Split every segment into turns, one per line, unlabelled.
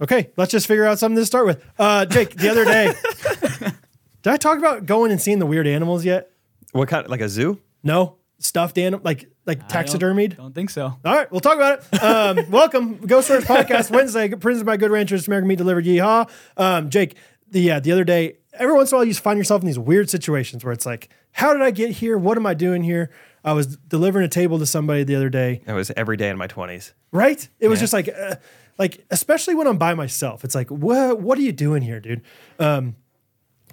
Okay, let's just figure out something to start with. Uh, Jake, the other day, did I talk about going and seeing the weird animals yet?
What kind? Like a zoo?
No, stuffed animal, like like
I don't-
taxidermied.
Don't think so.
All right, we'll talk about it. Um, welcome, Ghost Search Podcast Wednesday, presented by Good Ranchers, American Meat Delivered. Yeehaw, um, Jake. The uh, the other day, every once in a while, you just find yourself in these weird situations where it's like, how did I get here? What am I doing here? I was delivering a table to somebody the other day,
It was every day in my twenties.
right? It was just like, uh, like especially when I'm by myself, it's like, what what are you doing here, dude? Um,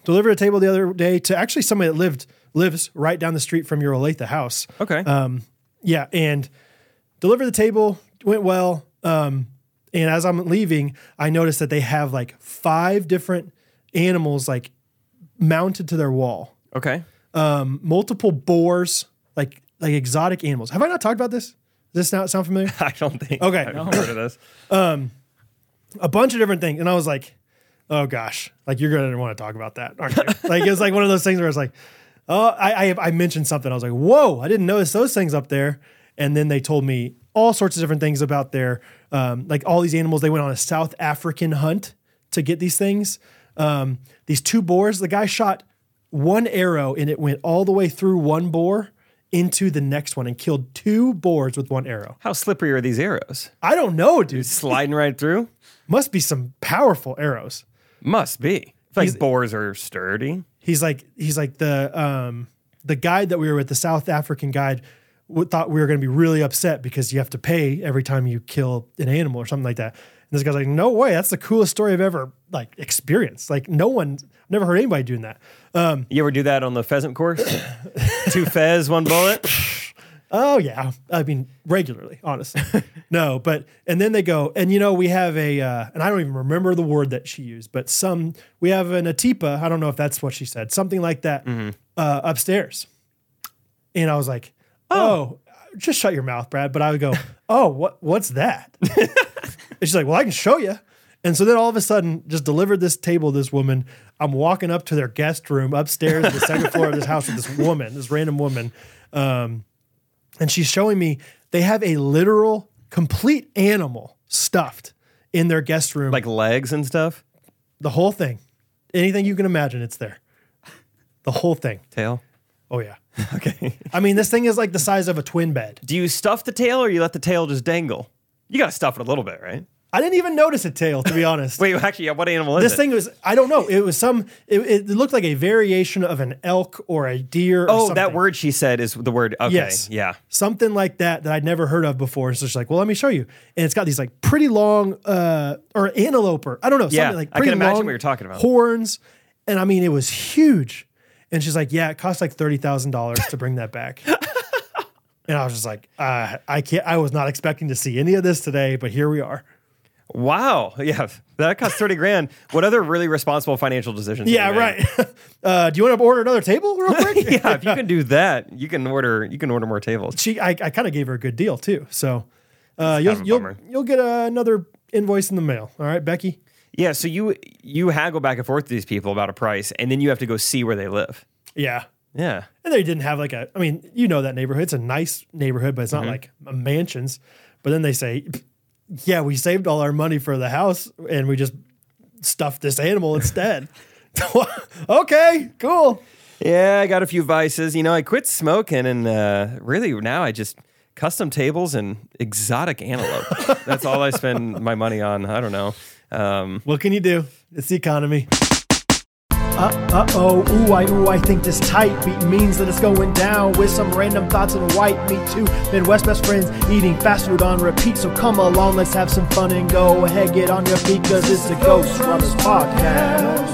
delivered a table the other day to actually somebody that lived lives right down the street from your Olathe house.
Okay.
Um, yeah, and deliver the table went well. Um, and as I'm leaving, I noticed that they have like five different animals like mounted to their wall.
okay.
Um, multiple boars, like like exotic animals. Have I not talked about this? Does this not sound familiar?
I don't think.
Okay.
I've heard of this.
a bunch of different things. And I was like, oh gosh, like you're going to want to talk about that. Aren't you? like it's like one of those things where it's like, oh, I, I, I mentioned something. I was like, whoa, I didn't notice those things up there. And then they told me all sorts of different things about their, um, like all these animals. They went on a South African hunt to get these things. Um, these two boars, the guy shot one arrow and it went all the way through one boar into the next one and killed two boars with one arrow.
How slippery are these arrows?
I don't know, dude.
Sliding right through?
Must be some powerful arrows.
Must be. It's like
He's-
boars are sturdy.
he's like he's like the um the guide that we were with the South African guide w- thought we were going to be really upset because you have to pay every time you kill an animal or something like that. And this guy's like, no way, that's the coolest story I've ever like experienced. Like no one, never heard anybody doing that. Um,
You ever do that on the pheasant course? Two fez, one bullet.
oh yeah, I mean regularly, honestly. no, but and then they go and you know we have a uh, and I don't even remember the word that she used, but some we have an atipa. I don't know if that's what she said, something like that uh, upstairs. And I was like, oh. just shut your mouth, Brad. But I would go, oh, what what's that? and she's like, well, I can show you. And so then all of a sudden, just delivered this table to this woman. I'm walking up to their guest room upstairs, the second floor of this house with this woman, this random woman. Um, and she's showing me they have a literal, complete animal stuffed in their guest room.
Like legs and stuff.
the whole thing. Anything you can imagine, it's there. The whole thing.
Tail.
Oh, yeah.
Okay.
I mean, this thing is like the size of a twin bed.
Do you stuff the tail or you let the tail just dangle? You gotta stuff it a little bit, right?
I didn't even notice a tail, to be honest.
Wait, actually, what animal is
this
it?
thing was, I don't know. It was some, it, it looked like a variation of an elk or a deer or
Oh, that
something.
word she said is the word. Okay,
Yes.
yeah.
Something like that that I'd never heard of before. It's just like, well, let me show you. And it's got these like pretty long, uh, or antelope, or I don't know.
Yeah,
something like
I can
pretty
imagine
long
what you're talking about.
Horns. And I mean, it was huge. And she's like, yeah, it cost like $30,000 to bring that back. and I was just like, uh, I can't, I was not expecting to see any of this today, but here we are.
Wow, yeah, that costs thirty grand. What other really responsible financial decisions?
Yeah,
have you made?
right. uh, do you want to order another table real quick?
yeah, if you can do that, you can order. You can order more tables.
She, I, I kind of gave her a good deal too. So uh, you'll
of a
you'll
bummer.
you'll get uh, another invoice in the mail. All right, Becky.
Yeah, so you you haggle back and forth to these people about a price, and then you have to go see where they live.
Yeah.
Yeah,
And they didn't have like a. I mean, you know that neighborhood. It's a nice neighborhood, but it's
Mm-hmm.
not like mansions. But then they say, "Yeah, we saved all our money for the house, and we just stuffed this animal instead." okay, cool.
yeah. I got a few vices. You know, I quit smoking, and uh, really now I just custom tables and exotic antelope. That's all I spend my money on. I don't know. Um,
What can you do? It's the economy. Uh oh, ooh, I ooh, I think this tight beat means that it's going down with some random thoughts and white meat too. Midwest best friends eating fast food on repeat, so come along, let's have some fun and go ahead, get on your feet, cause it's the Ghost Runners Podcast.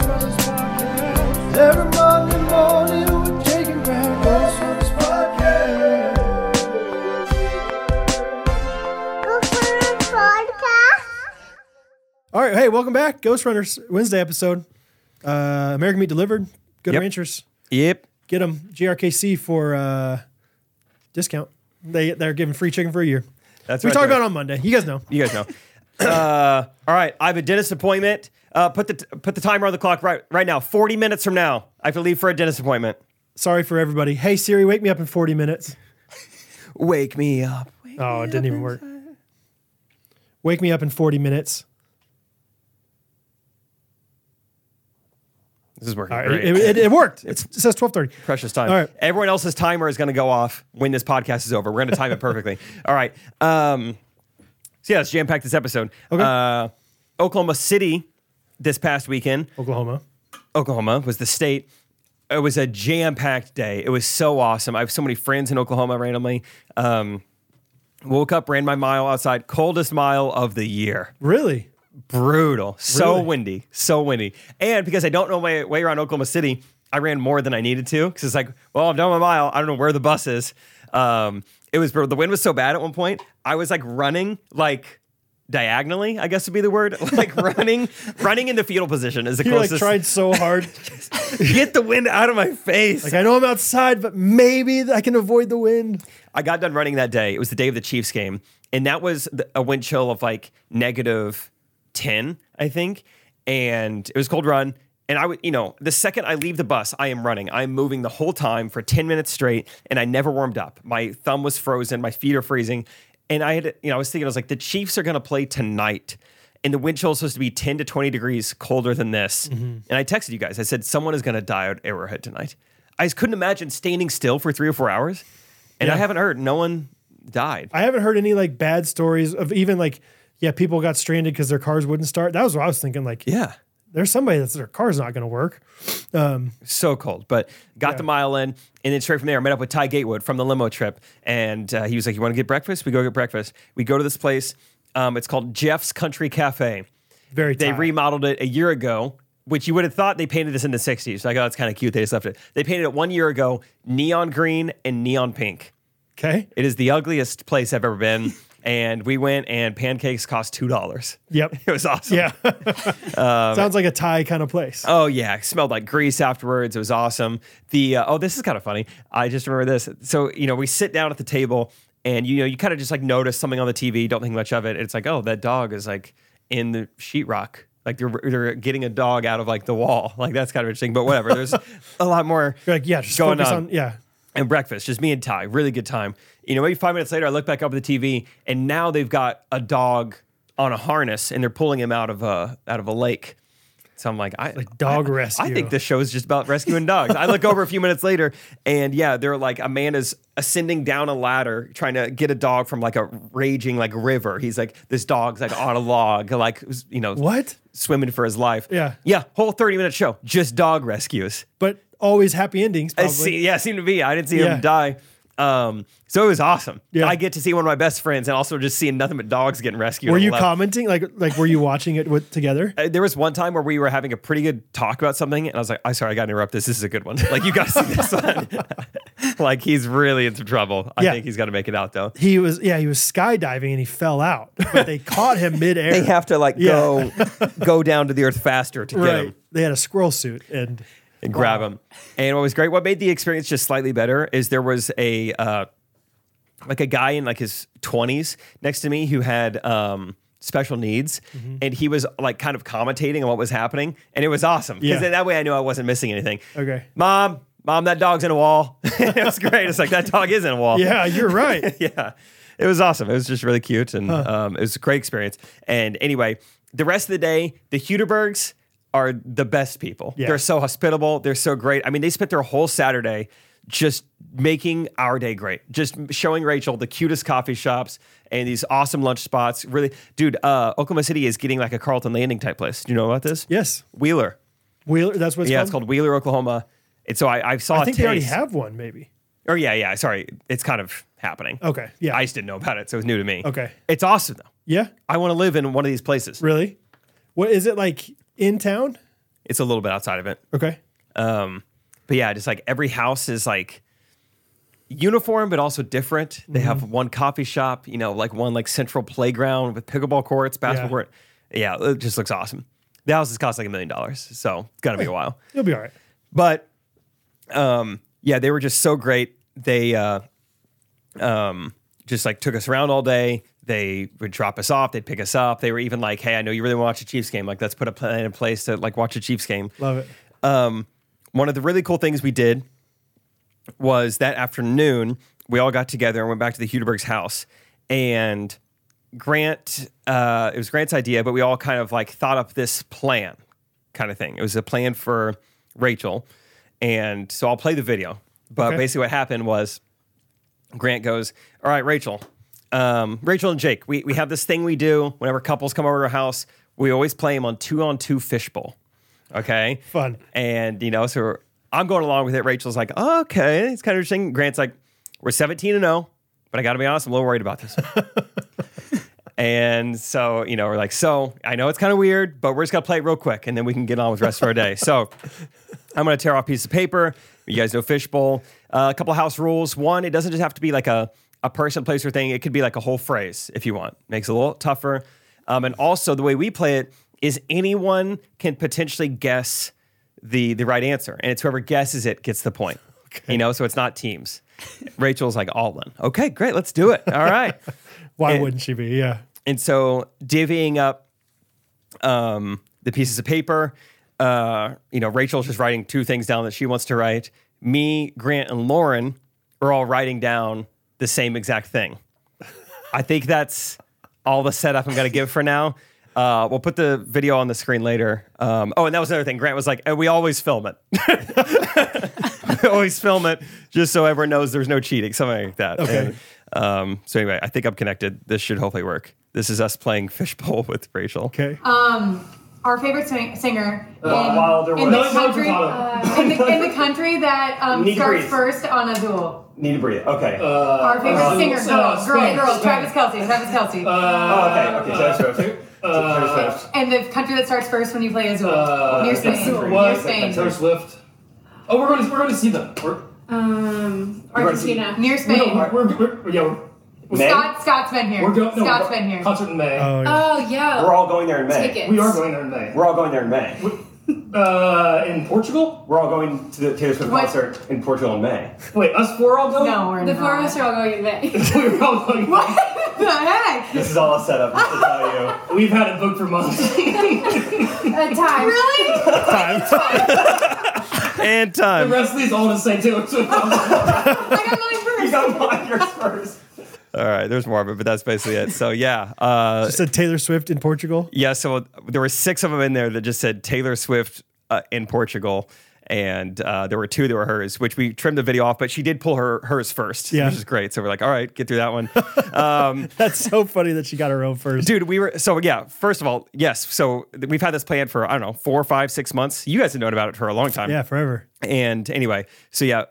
Every Monday morning, we're taking back Ghost Runners Podcast. All right, hey, welcome back, Ghost Runners Wednesday episode. Uh, American Meat Delivered, Good
Yep.
Ranchers.
yep.
get them GRKC for uh, discount. They they're giving free chicken for a year.
That's
we
right,
talked
there.
about it on Monday. You guys know.
You guys know. uh, all right, I have a dentist appointment. Uh, put the put the timer on the clock right right now. Forty minutes from now, I have to leave for a dentist appointment.
Sorry for everybody. Hey Siri, wake me up in forty minutes.
Wake me up. Wake
Oh, it didn't even work. Wake me up in forty minutes.
This is working
All right,
great.
it, it, it worked. It's, it says twelve thirty.
Precious time.
All right.
Everyone else's timer is going to go off when this podcast is over. We're going to time it perfectly. All right. Um, so yeah, let's jam pack this episode.
Okay.
Uh, Oklahoma City this past weekend.
Oklahoma.
Oklahoma was the state. It was a jam packed day. It was so awesome. I have so many friends in Oklahoma randomly. Um, woke up, ran my mile outside, coldest mile of the year
Really?
brutal. So
Really?
windy, so windy. And because I don't know my way around Oklahoma City, I ran more than I needed to because it's like, well, I've done my mile. I don't know where the bus is. Um, it was brutal. The wind was so bad at one point. I was like running like diagonally, I guess would be the word, like running, running into fetal position is the
You like
closest.
tried so hard.
Get the wind out of my face.
like I know I'm outside, but maybe I can avoid the wind.
I got done running that day. It was the day of the Chiefs game, and that was th- a wind chill of like negative ten, I think. And it was a cold run. And I would, you know, the second I leave the bus, I am running. I am moving the whole time for ten minutes straight, and I never warmed up. My thumb was frozen. My feet are freezing. And I had, you know, I was thinking, I was like, the Chiefs are going to play tonight and the wind chill is supposed to be 10 to 20 degrees colder than this. And I texted you guys. I said, someone is going to die at Arrowhead tonight. I just couldn't imagine standing still for three or four hours. And I
Yeah.
haven't heard. No one died.
I haven't heard any like bad stories of even like yeah, people got stranded because their cars wouldn't start. That was what I was thinking. Like,
yeah.
there's somebody that's their car's not going to work.
So cold. But got the mile in. And then straight from there, I met up with Ty Gatewood from the limo trip. And uh, he was like, you want to get breakfast? We go get breakfast. We go to this place. Um, it's called Jeff's Country Cafe.
Very.
They
tight.
remodeled it a year ago, which you would have thought they painted this in the 60s. Like, oh, it's kind of cute. They just left it. They painted it one year ago, neon green and neon pink.
okay.
It is the ugliest place I've ever been. and we went, and pancakes cost $2.
Yep.
It was awesome.
Yeah. Sounds like a Thai kind of place.
Oh yeah, it smelled like grease afterwards. It was awesome. The uh, oh, this is kind of funny. I just remember this. So you know, we sit down at the table, and you know, you kind of just like notice something on the TV. Don't think much of it. It's like, oh, that dog is like in the sheetrock. Like they're they're getting a dog out of like the wall. Like that's kind of interesting. But whatever. There's a lot more.
You're like, yeah, just
Going
focus
on.
on. Yeah.
And breakfast, just me and Ty. Really good time. You know, maybe five minutes later, I look back up at the TV, and now they've got a dog on a harness, and they're pulling him out of a out of a lake. So I'm like, I like
dog
I, I
rescue.
think this show is just about rescuing dogs. I look over a few minutes later, and yeah, they're like a man is ascending down a ladder trying to get a dog from like a raging like river. He's like this dog's like on a log, like you know
What?
swimming for his life.
Yeah.
yeah, whole thirty minute show just dog rescues.
But always happy endings.
I
Probably.
see, yeah, it seemed to be. I didn't see
Yeah.
him die. Um, so it was awesome.
Yeah.
I get to see one of my best friends, and also just seeing nothing but dogs getting rescued.
Were
on the
you
left.
commenting? Like, like were you watching it with together?
Uh, there was one time where we were having a pretty good talk about something, and I was like, "I sorry, I got to interrupt this. This is a good one. Like, you got to see this one. like, he's really in some trouble. I
Yeah.
think he's got to make it out though.
He was, yeah, he was skydiving and he fell out, but they caught him midair.
They have to like
Yeah.
go go down to the earth faster to get
right.
him
They had a squirrel suit and
and grab him. And what was great, what made the experience just slightly better is there was a uh, like a guy in like his 20s next to me who had um special needs
Mm-hmm.
and he was like kind of commentating on what was happening and it was awesome because
Yeah.
then that way I knew I wasn't missing anything.
Okay.
Mom, mom, that dog's in a wall. it was great. It's like that dog is in a wall.
yeah, you're right.
yeah. It was awesome. It was just really cute and um, it was a great experience. And anyway, the rest of the day, the Hudebergs are the best people.
Yeah.
They're so hospitable. They're so great. I mean, they spent their whole Saturday just making our day great, just showing Rachel the cutest coffee shops and these awesome lunch spots. Really, dude, uh, Oklahoma City is getting like a Carlton Landing type place. Do you know about this?
Yes.
Wheeler.
Wheeler. That's what it's
Yeah,
called.
it's called Wheeler, Oklahoma. And so I, I saw.
I think they already
taste-
have one, maybe.
Or yeah, yeah. Sorry, it's kind of happening.
Okay. Yeah.
I just didn't know about it, so it was new to me.
Okay.
It's awesome though.
yeah.
I want to live in one of these places.
Really? What is it like in town?
It's a little bit outside of it.
Okay.
Um, but yeah, just like every house is like uniform, but also different. They
Mm-hmm.
have one coffee shop, you know, like one like central playground with pickleball courts, basketball
Yeah.
court. Yeah, it just looks awesome. The houses cost like a million dollars, so it's gonna be a while.
You'll be all right.
But um, yeah, they were just so great. They uh, um, just like took us around all day. They would drop us off. They'd pick us up. They were even like, "Hey, I know you really want to watch a Chiefs game. Like, let's put a plan in place to like watch a Chiefs game."
Love it.
Um, one of the really cool things we did was that afternoon we all got together and went back to the Hudeberg's house and Grant. Uh, it was Grant's idea, but we all kind of like thought up this plan, kind of thing. It was a plan for Rachel, and so I'll play the video. But
Okay.
basically, what happened was Grant goes, "All right, Rachel, um, Rachel and Jake, we we have this thing we do whenever couples come over to our house. We always play them on two on two fishbowl. Okay,
Fun.
And you know, so I'm going along with it. Rachel's like, oh, okay, it's kind of interesting. Grant's like, we're 17 and 0, but I got to be honest, I'm a little worried about this. one." and so you know, we're like, so I know it's kind of weird, but we're just gonna play it real quick, and then we can get on with the rest of our day. So. I'm going to tear off a piece of paper. You guys know fishbowl. Uh, a couple house rules. One, it doesn't just have to be like a, a person, place, or thing. It could be like a whole phrase if you want. Makes it a little tougher. Um, and also, the way we play it is anyone can potentially guess the the right answer, and it's whoever guesses it gets the point. You know, so it's not teams. Rachel's like all in. Okay, great, let's do it. All right.
Why
And-
wouldn't she be? Yeah.
And so divvying up um, the pieces of paper, uh, you know, Rachel's just writing two things down that she wants to write. Me, Grant, and Lauren are all writing down the same exact thing. I think that's all the setup I'm going to give for now. Uh, we'll put the video on the screen later. Um, oh, and that was another thing. Grant was like, "And we always film it. we always film it just so everyone knows there's no cheating, something like that.
Okay.
And, um, so anyway, I think I'm connected. This should hopefully work. This is us playing fishbowl with Rachel.
Okay.
Uh, Um, our favorite sing- singer
Uh,
in,
Wilder
in,
was.
the
No, no,
country,
Gonzalo.
uh, in, the, in the country that um,
Neat
starts
Breeze.
first on Azul.
Need to breathe. Okay.
Our favorite
Azul.
singer,
Uh,
girl, girl,
Spain,
girl,
Spain.
Travis Kelsey, Travis Kelsey.
oh, okay. Okay. Taylor Swift.
uh,
Taylor Swift.
and the country that starts first when you play Azul.
uh,
near Spain.
Azul.
Near
What?
Spain.
Taylor Swift. Oh, we're going to we're going to see them. We're,
Um, Argentina.
Near
we
Spain.
are, we're, we're, we're, yeah, we're,
May.
Scott, Scott's been here.
we're going. No, we're
Scott's
go-
been here. Uh,
Concert in May.
Oh, yeah.
Oh yeah.
We're all going there in May.
Tickets.
we are going there in May.
We're all going there in May.
Uh, in Portugal.
We're all going to the Taylor Swift
What?
concert in Portugal in May.
Wait, us four all going.
no, we're
The
not.
four of us are all going in May.
we were all going.
What the heck?
This is all a setup. Just to tell you.
We've had it booked for months.
At time.
Really?
And
the
time.
rest of these all to say too. So
I got mine first.
You got mine, yours first.
All right, there's more of it, but that's basically it. So yeah, uh,
Just said Taylor Swift in Portugal.
yeah. So there were six of them in there that just said Taylor Swift uh, in Portugal, and uh, there were two that were hers, which we trimmed the video off, but she did pull her hers first,
Yeah.
which is great. So we're like, all right, get through that one.
That's so funny that she got her own first.
dude we were so yeah first of all yes so th- we've had this planned for i don't know four five six months you guys have known about it for a long time
Yeah, forever.
and anyway so yeah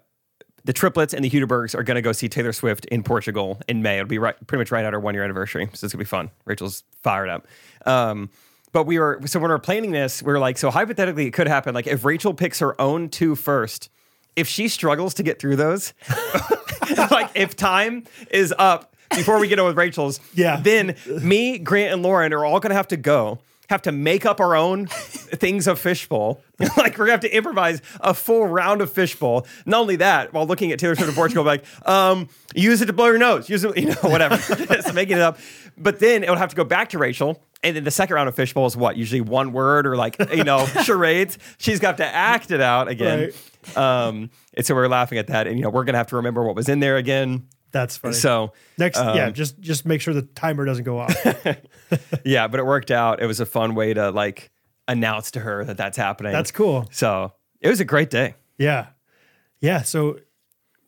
the triplets and the Hudebergs are going to go see Taylor Swift in Portugal in May. It'll be right, pretty much right at our one year anniversary. So it's going to be fun. Rachel's fired up. Um, but we were, so when we were planning this, we were like, so hypothetically, it could happen. Like if Rachel picks her own two first, if she struggles to get through those, like if time is up before we get on with Rachel's,
Yeah.
then me, Grant, and Lauren are all going to have to go. Have to make up our own things of fishbowl. like we're gonna have to improvise a full round of fishbowl. Not only that, while looking at Taylor Swift in Portugal, like um, use it to blow your nose. Use it, you know, whatever. Just making it up. But then it would have to go back to Rachel. And then the second round of fishbowl is what usually one word or like you know charades. She's got to act it out again. Um, and so we're laughing at that, and you know we're gonna have to remember what was in there again.
That's funny.
So
next, yeah,
um,
just just make sure the timer doesn't go off.
yeah, but it worked out. It was a fun way to like announce to her that that's happening.
That's cool.
So it was a great day.
Yeah, yeah. So,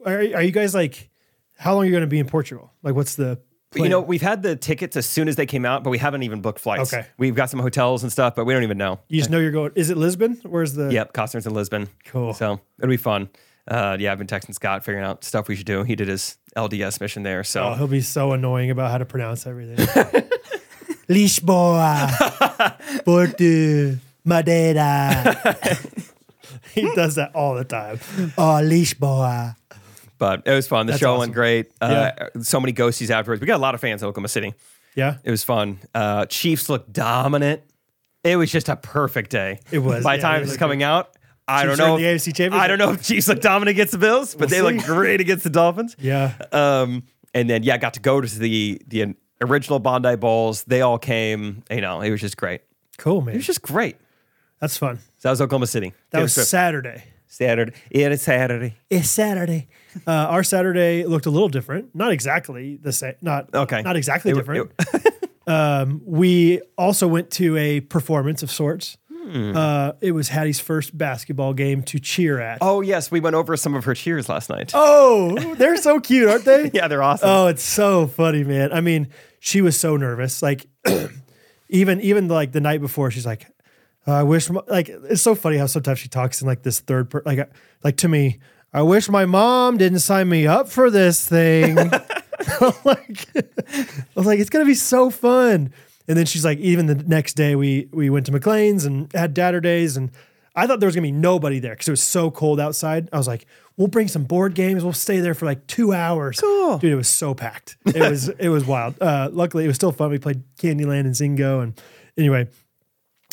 are are you guys like, how long are you going to be in Portugal? Like, what's the
You
plan?
know, we've had the tickets as soon as they came out, but we haven't even booked flights.
Okay.
We've got some hotels and stuff, but we don't even know.
you just know you're going. Is it Lisbon? Where's the?
Yep, Costner's in Lisbon.
Cool.
So it'll be fun. Uh, yeah, I've been texting Scott, figuring out stuff we should do. He did his LDS mission there. So
Oh, he'll be so annoying about how to pronounce everything. Lisboa, Porto, Madeira. he does that all the time. Oh, Lisboa.
but it was fun. The
That's
show
awesome.
went great. Uh, So many ghosties afterwards. We got a lot of fans in Oklahoma City.
Yeah,
It was fun. Uh, Chiefs looked dominant. It was just a perfect day.
It was,
By
yeah,
the time
they
this is
looked
coming out, I
Chiefs
don't know.
are in the AFC Championship.
I don't know if Chiefs look dominant against the Bills, but they look
see.
great against the Dolphins.
yeah.
Um, and then yeah, got to go to the the original Bondi Bowls. They all came. You know, it was just great.
Cool,
It
man.
was just great.
That's fun.
So that was Oklahoma City.
That
Taylor
was
Swift.
Saturday.
Saturday. Yeah, it's Saturday.
It's Saturday. Uh, our Saturday looked a little different. Not exactly the same. Not
Okay.
Not exactly
It-
different. um, we also went to a performance of sorts. Uh, it was Hattie's first basketball game to cheer at.
Oh yes, we went over some of her cheers last night.
Oh, they're so cute, aren't they?
Yeah, they're awesome.
Oh, it's so funny, man. I mean, she was so nervous. Like, even even like the night before, she's like, "I wish." My, like, it's so funny how sometimes she talks in like this third per- like uh, like to me. I wish my mom didn't sign me up for this thing. I'm like, I was like, it's gonna be so fun. And then she's like, even the next day, we we went to McLean's and had Dadder Days, and I thought there was gonna be nobody there because it was so cold outside. I was like, we'll bring some board games. We'll stay there for like two hours. Cool, dude. It was so packed. It was it was wild. Uh, luckily, it was still fun. We played Candyland and Zingo, and anyway,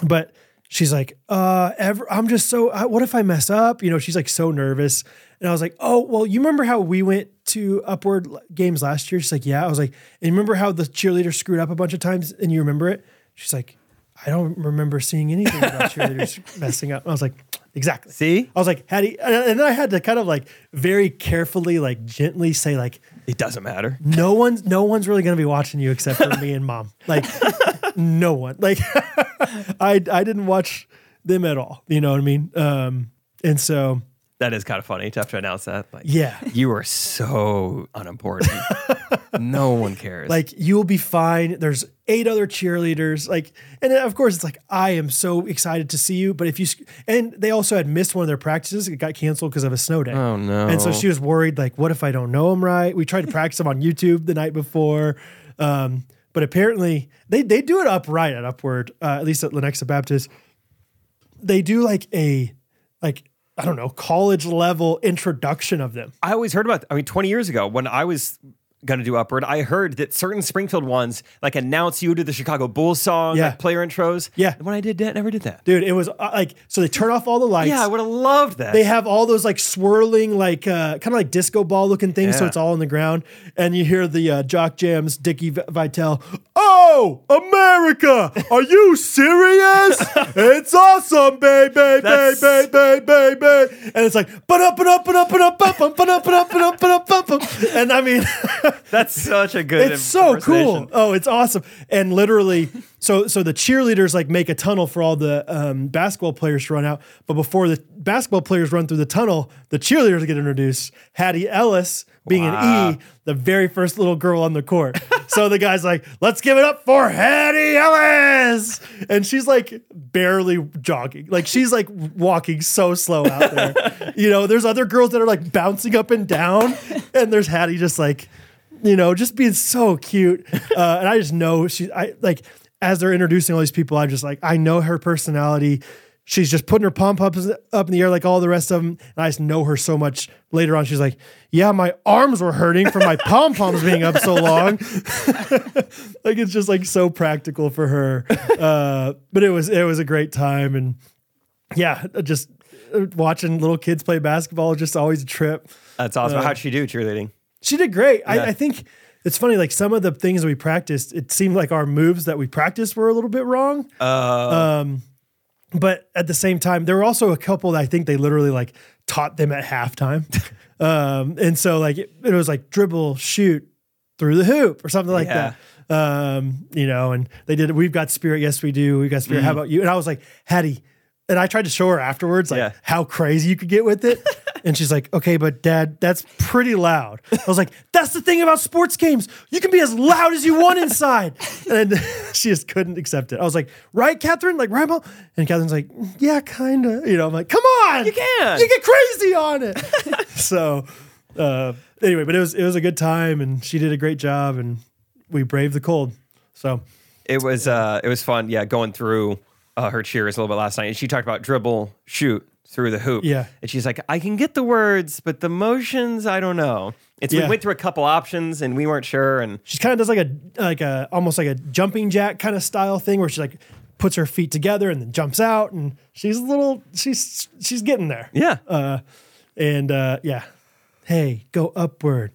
but she's like, uh, ever, I'm just so, I, what if I mess up? You know, she's like so nervous. And I was like, oh, well, you remember how we went to Upward l- games last year? She's like, yeah. I was like, and remember how the cheerleader screwed up a bunch of times and you remember it? She's like, I don't remember seeing anything about cheerleaders messing up. And I was like, exactly.
See?
I was like, Hattie, and and then I had to kind of like very carefully, like gently say, like,
It doesn't matter.
no one's no one's really gonna be watching you except for me and mom. Like no one. Like I I didn't watch them at all. You know what I mean? Um and so
That is kind of funny to have to announce that. Like,
yeah.
you are so unimportant. no one cares.
Like you'll be fine. There's eight other cheerleaders. Like, and then, of course it's like I am so excited to see you. But if you sc- and they also had missed one of their practices. It got canceled because of a snow day.
Oh, no.
And so she was worried. Like, what if I don't know them right? We tried to practice them on YouTube the night before. Um, but apparently they they do it upright at Upward. Uh, at least at Lenexa Baptist, they do like a like I don't know college level introduction of them.
I always heard about. I mean, twenty years ago when I was going to do Upward, I heard that certain Springfield ones like announce you to the Chicago Bulls song,
Yeah.
like player intros.
Yeah.
And when I did that, never did that.
Dude, it was uh, like so they turn off all the lights.
Yeah, I would have loved that.
they have all those like swirling, like uh, kind of like disco ball looking things. So
Yeah.
it's all on the ground, and you hear the uh, jock jams, Dickie v- Vitale. Oh, America! Are you serious? it's awesome, baby, baby,
That's-
baby, baby. And it's like, but up, but up, but up, but up, but up, but up, but up, but up, but up, but up. And I mean.
That's such a good.
It's so cool.
impersonation.
Oh, it's awesome. And literally, so so the cheerleaders like make a tunnel for all the um, basketball players to run out. But before the basketball players run through the tunnel, the cheerleaders get introduced. Hattie Ellis being an E, the very first little girl on the court. so the guy's like, "Let's give it up for Hattie Ellis," and she's like barely jogging, like she's like walking so slow out there. you know, there's other girls that are like bouncing up and down, and there's Hattie just like you know, just being so cute. Uh, and I just know she, I like, as they're introducing all these people, I'm just like, I know her personality. She's just putting her pump ups up in the air like all the rest of them. And I just know her so much. Later on, she's like, Yeah, my arms were hurting from my pom poms being up so long. like, it's just like so practical for her. Uh, but it was, it was a great time. And yeah, just uh, watching little kids play basketball is just always a trip.
That's awesome.
Uh,
How'd she do cheerleading?
She did great.
Yeah.
I, I think it's funny. Like some of the things that we practiced, it seemed like our moves that we practiced were a little bit wrong.
Uh.
um, but at the same time, there were also a couple that I think they literally like taught them at halftime. um, and so like it, it was like dribble, shoot through the hoop or something like
Yeah.
that. Um, you know, and they did. We've got spirit. Yes, we do. We've got spirit. How about you? And I was like, Hattie. And I tried to show her afterwards, like
Yeah.
how crazy you could get with it. and she's like, okay, but dad, that's pretty loud. I was like, that's the thing about sports games. You can be as loud as you want inside. And she just couldn't accept it. I was like, right, Catherine? Like, right, Mom? And Catherine's like, yeah, kind of. You know, I'm like, come on. You
can.
You get crazy on it. so uh, anyway, but it was, it was a good time and she did a great job and we braved the cold. So
It was uh, it was fun. Yeah, going through uh, her cheers a little bit last night, and she talked about dribble, shoot through the hoop.
Yeah.
and she's like, I can get the words, but the motions, I don't know. It's
Yeah.
we went through a couple options, and we weren't sure, and
she kind of does like a like a almost like a jumping jack kind of style thing where she like puts her feet together and then jumps out and she's a little she's she's getting there
yeah,
uh and uh yeah hey go upward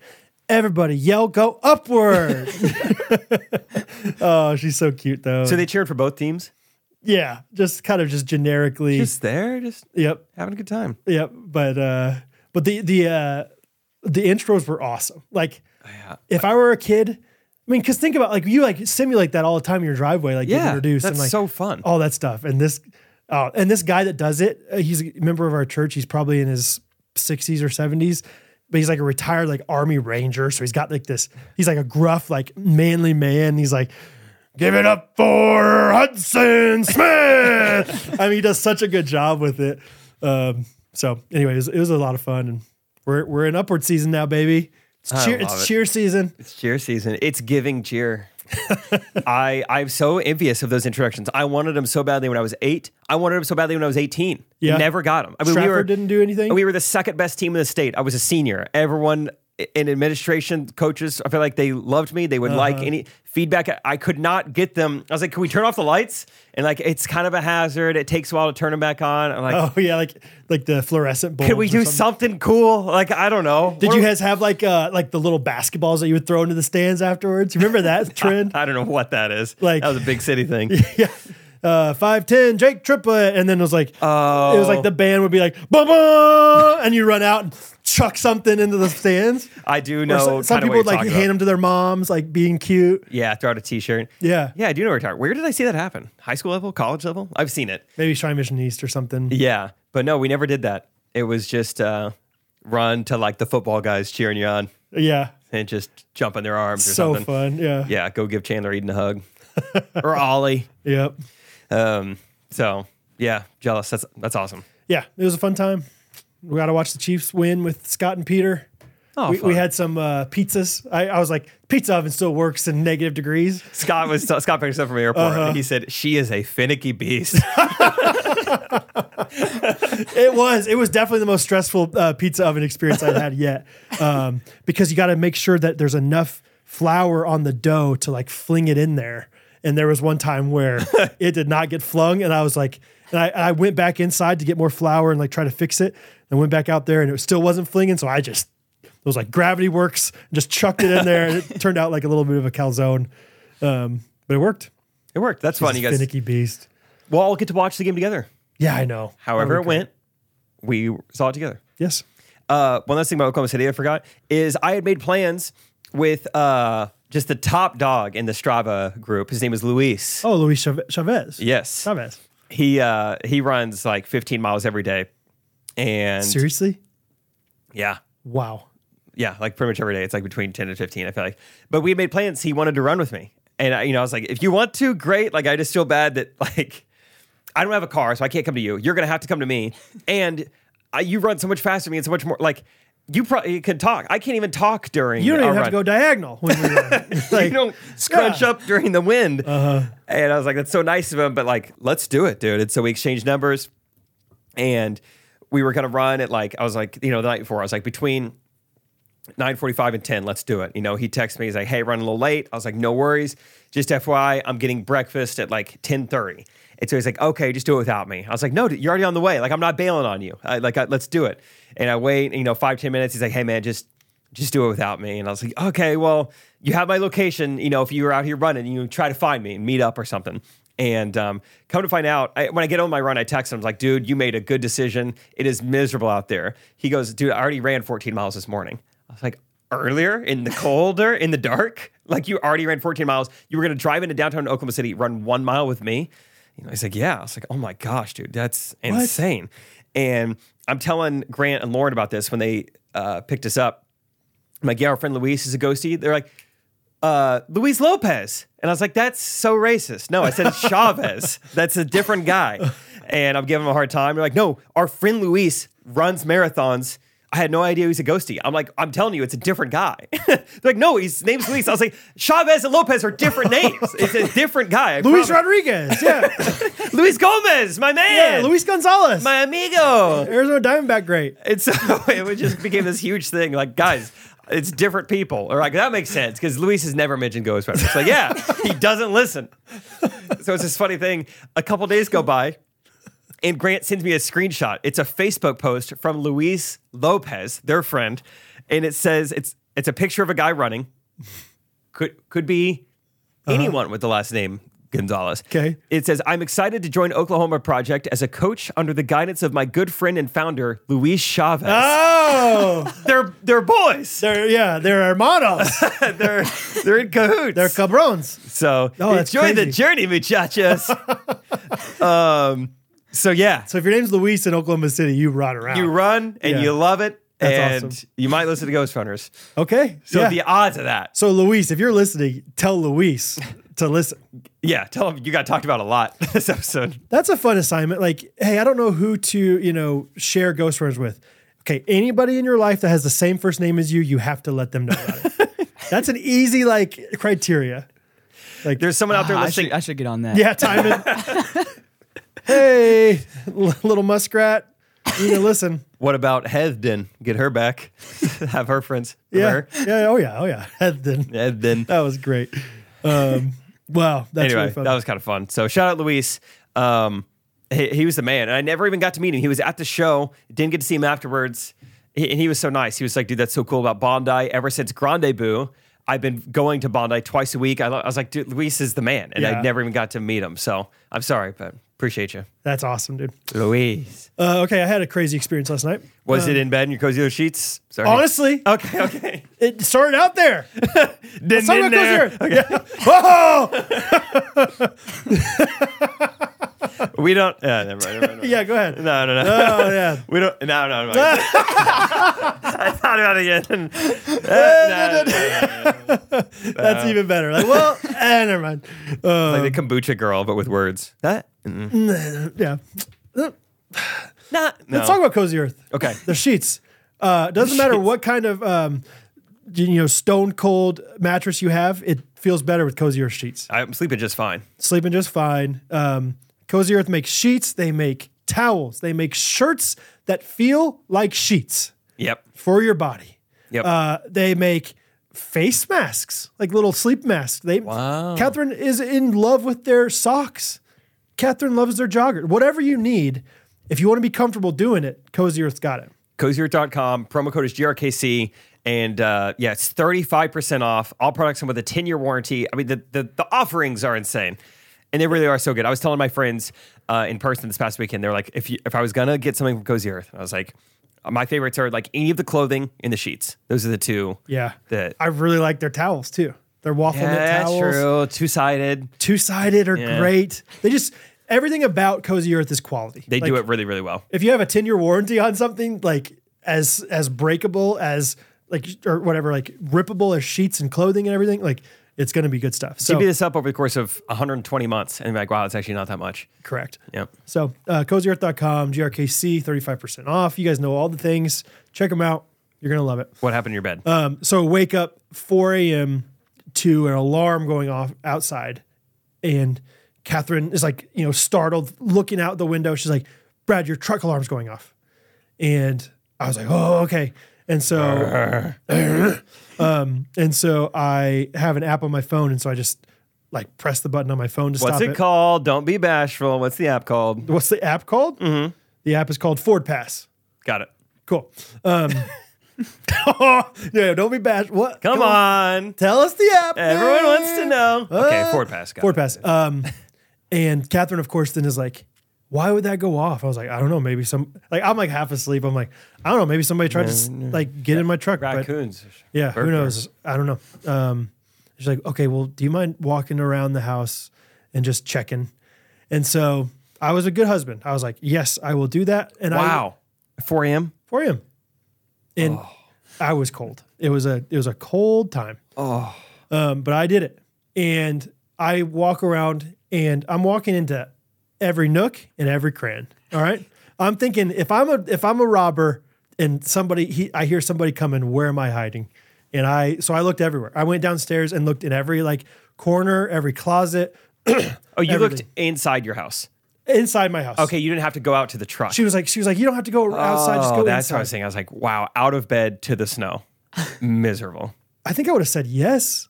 everybody yell go upward oh she's so cute though
So they cheered for both teams.
yeah just kind of just generically
Just there, just
yep
having a good time.
Yep. But uh but the the uh the intros were awesome. Like if I were a kid, I mean, cause think about like you like simulate that all the time in your driveway, like get
Yeah,
introduced and
that's
like
so fun.
all that stuff. And this Oh, and this guy that does it, uh, he's a member of our church. He's probably in his 60s or 70s, but he's like a retired like army ranger. So he's got like this, he's like a gruff, like manly man. He's like, give it up for Hudson Smith. I mean, he does such a good job with it. Um, so anyway, it was, it was a lot of fun. And we're, we're in upward season now, baby. It's
I
cheer,
love
it's
it.
cheer season.
It's cheer season. It's giving cheer. I I'm so envious of those introductions. I wanted them so badly when I was eight. I wanted them so badly when I was eighteen.
Yeah.
never got them. I mean,
Stratford didn't do anything?
We were the second best team in the state. I was a senior. Everyone i- in administration, coaches, I feel like they loved me. They would
Uh-huh.
like any feedback. I- I could not get them. I was like, "Can we turn off the lights?" And like, it's kind of a hazard. It takes a while to turn them back on. I'm like,
Oh yeah, like like the fluorescent bulbs.
"Can we
or
do
something?
something cool?" Like, I don't know.
Did
What
you
are-
guys have like uh like the little basketballs that you would throw into the stands afterwards? You Remember that trend?
I don't know what that is.
Like-
that was a big city thing.
yeah. Uh, five ten, Jake Triplett, and then it was like it was like
Oh.
the band would be like ba ba, and you run out and chuck something into the stands.
I do
Or
know.
so- some
kinda
people would
what you're
like
talking
hand
about.
them to their moms, like being cute.
Yeah, throw out a T-shirt.
Yeah,
Yeah, I do know where to Where did I see that happen? High school level, college level? I've seen it.
maybe Shrine Mission East or something.
Yeah, but no, we never did that. It was just uh, run to like the football guys cheering you on
Yeah,
and just jump in their arms or
so
something.
fun. Yeah,
Yeah, go give Chandler Eden a hug or Ollie.
yep,
Um, so yeah, jealous. That's that's awesome.
yeah. It was a fun time. We got to watch the Chiefs win with Scott and Peter.
Oh,
we, we
fun.
had some uh, pizzas. I, I was like, pizza oven still works in negative degrees.
Scott was Scott picked us up from the airport.
Uh-huh.
and he said she is a finicky beast.
It was. It was definitely the most stressful uh, pizza oven experience I've had yet, um, because you got to make sure that there's enough flour on the dough to like fling it in there. And there was one time where it did not get flung, and I was like, and I, and I went back inside to get more flour and like try to fix it, and went back out there, and it still wasn't flinging. So I just it was like gravity works, just chucked it in there, and it turned out like a little bit of a calzone, um, but it worked.
It worked. That's fun. You guys.
Finicky beast.
We'll all get to watch the game together.
Yeah, I know.
However
That'll
it
be great.
went, we saw it together.
Yes.
uh, one last thing about Oklahoma City I forgot is I had made plans with uh, just the top dog in the Strava group. His name is Luis.
Oh, Luis Chave- Chavez.
Yes,
Chavez.
he uh, he runs like 15 miles every day, and
Seriously?
yeah,
Wow.
yeah, like pretty much every day. It's like between 10 and 15, I feel like. But we had made plans. He wanted to run with me. And, I, you know, I was like, if you want to, great. Like, I just feel bad that, like, I don't have a car, so I can't come to you. You're going to have to come to me. And I, you run so much faster than me and so much more. Like, you probably can talk. I can't even talk during
You don't
our
even have
run.
to go diagonal when we run.
you don't scrunch up during the wind.
Uh-huh.
And I was like, that's so nice of him, but like, let's do it, dude. And so we exchanged numbers and we were gonna run at like, I was like, you know, the night before, I was like, between 9:45 and 10, let's do it. You know, he texted me, he's like, hey, running a little late. I was like, no worries. Just FYI, I'm getting breakfast at like 10:30. And so he's like, okay, just do it without me. I was like, no, dude, you're already on the way. Like, I'm not bailing on you. I, like, I, let's do it. And I wait, you know, five, 10 minutes. He's like, hey, man, just just do it without me. And I was like, okay, well, you have my location. You know, if you were out here running, you try to find me and meet up or something. And um, come to find out, I, when I get on my run, I text him. I'm like, dude, you made a good decision. It is miserable out there. He goes, dude, I already ran 14 miles this morning. I was like, earlier in the colder, in the dark? Like, you already ran 14 miles. You were going to drive into downtown Oklahoma City, run one mile with me. You know, he's like, yeah. I was like, oh my gosh, dude, that's insane. And I'm telling Grant and Lauren about this when they uh, picked us up. I'm like, yeah, our friend Luis is a ghostie. They're like, uh, Luis Lopez. And I was like, that's so racist. No, I said Chavez. That's a different guy. And I'm giving him a hard time. They're like, no, our friend Luis runs marathons. I had no idea he was a ghostie. I'm like, I'm telling you, it's a different guy. They're like, no, his name's Luis. I was like, Chavez and Lopez are different names. It's a different guy. I
Luis
promise.
Rodriguez. Yeah.
Luis Gomez, my man.
yeah. Luis Gonzalez.
my amigo.
Arizona Diamondback great.
And so it would just became this huge thing. Like, guys, it's different people. Or like that makes sense because Luis has never mentioned Ghost Rider. It's like, yeah, he doesn't listen. So it's this funny thing. A couple days go by, and Grant sends me a screenshot. It's a Facebook post from Luis Lopez, their friend, and it says it's it's a picture of a guy running. Could could be anyone with the last name Gonzalez.
Okay.
It says, I'm excited to join Oklahoma Project as a coach under the guidance of my good friend and founder, Luis Chavez.
Oh,
they're they're boys.
they're yeah, they're hermanos.
They're they're in cahoots.
They're cabrones.
so
Oh, that's
enjoy the
crazy.
journey, muchachos. um So yeah,
So if your name's Luis in Oklahoma City, you run around.
you run and
Yeah.
you love it,
That's
and
awesome.
you might listen to Ghost Runners.
Okay.
So
yeah.
the odds of that,
so Luis, if you're listening, tell Luis to listen.
yeah, tell them you got talked about a lot this episode.
That's a fun assignment. Like, hey, I don't know who to, you know, share ghost runners with. Okay, anybody in your life that has the same first name as you, you have to let them know about it. That's an easy like criteria. Like
There's someone out there
Ah, I,
listening.
should, I should get on that.
yeah, time in. hey, l- little muskrat, you can listen.
What about Heathen? Get her back. Have her friends.
Yeah,
Her.
yeah, oh yeah, oh yeah. That, then,
Heathen.
that was great. Um, wow, that's
anyway,
really fun.
that was kind of fun. So shout out Luis. Um, he, he was the man, and I never even got to meet him. He was at the show, didn't get to see him afterwards, he, and he was so nice. He was like, "Dude, that's so cool about Bondi." Ever since Grande Boo, I've been going to Bondi twice a week. I, lo- I was like, "Dude, Luis is the man," and
Yeah.
I never even got to meet him. So I'm sorry, but appreciate you,
that's awesome, dude.
Luis.
Uh, okay, I had a crazy experience last night.
Was it in bed in your cozy little sheets? Sorry.
Honestly,
Okay. Okay.
it started out there.
Didn't
Someone
in
goes
there.
here. Yeah. Oh!
We don't. Yeah. Never mind. Never mind, never mind.
Yeah, go ahead.
No, no, no.
Oh yeah.
We don't. No, no, no. I thought about it again. Uh, no, no, no, no.
That's even better. Like, well, eh, never mind. Uh,
Like the kombucha girl, but with words. That?
yeah.
Not. No.
Let's talk about Cozy Earth.
Okay.
The sheets. Uh, doesn't matter what kind of um, you know stone cold mattress you have, it feels better with Cozy Earth sheets.
I'm sleeping just fine.
Sleeping just fine. Um, Cozy Earth makes sheets. They make towels. They make shirts that feel like sheets
Yep.
for your body.
Yep.
Uh, they make face masks, like little sleep masks. They
Wow.
Catherine is in love with their socks. Catherine loves their jogger. Whatever you need, if you want to be comfortable doing it, Cozy Earth's got it.
CozyEarth.com. Promo code is GRKC. And uh, yeah, it's 35% off. All products come with a 10 year warranty. I mean, the, the, the offerings are insane. And they really are so good. I was telling my friends uh, in person this past weekend, they were like, if, you, if I was going to get something from Cozy Earth, I was like, my favorites are like any of the clothing and the sheets. Those are the two.
Yeah.
That,
I really like their towels too. Their waffle knit
yeah,
towels.
true. Two sided.
Two sided are
Yeah.
great. They just, everything about Cozy Earth is quality.
They do
Like,
it really, really well.
if you have a 10 year warranty on something like as as breakable as like or whatever like rippable as sheets and clothing and everything like it's going to be good stuff so
So, this up over the course of 120 months and be like, wow, it's actually not that much.
correct
Yep.
so uh, cozyearth.com grkc 35% off you guys know all the things check them out you're going to love it
What happened in your bed?
um, so wake up 4 a.m to an alarm going off outside and catherine is like you know startled looking out the window she's like brad your truck alarm's going off and I was like, oh, okay. And so, um, and so I have an app on my phone, and so I just like press the button on my phone to
What's
stop
it,
it.
called? Don't be bashful. What's the app called?
What's the app called? Mm-hmm. The app is called Ford Pass.
Got it.
Cool. Um, yeah, don't be bad. What?
Come on.
tell us the app.
Everyone
man.
wants to know. okay,
Uh,
Ford Pass. Got
Ford
it.
Pass. Um, and Catherine, of course, then is like, why would that go off? I was like, I don't know. Maybe some like I'm like half asleep. I'm like, I don't know. Maybe somebody tried to s-
Mm-hmm.
like get in my truck. but-
Raccoons.
Yeah,
Burglar.
who knows? I don't know. Um, she's like, okay, well, do you mind walking around the house and just checking? And so I was a good husband. I was like, yes, I will do that. And
Wow. 4 a.m.
I for him. And
Oh.
I was cold. It was a it was a cold time. Oh, um, but I did it. And I walk around, and I'm walking into every nook and every cran. All right, I'm thinking if I'm a if I'm a robber and somebody he, I hear somebody coming, where am I hiding? And I so I looked everywhere. I went downstairs and looked in every like corner, every closet
Oh, you
Everything.
looked inside your house.
inside my house.
Okay, you didn't have to go out to the truck.
She was like, she was like, you don't have to go outside. just
oh,
go
that's
inside.
what I was saying. I was like, wow, out of bed to the snow. Miserable.
I think I would have said yes,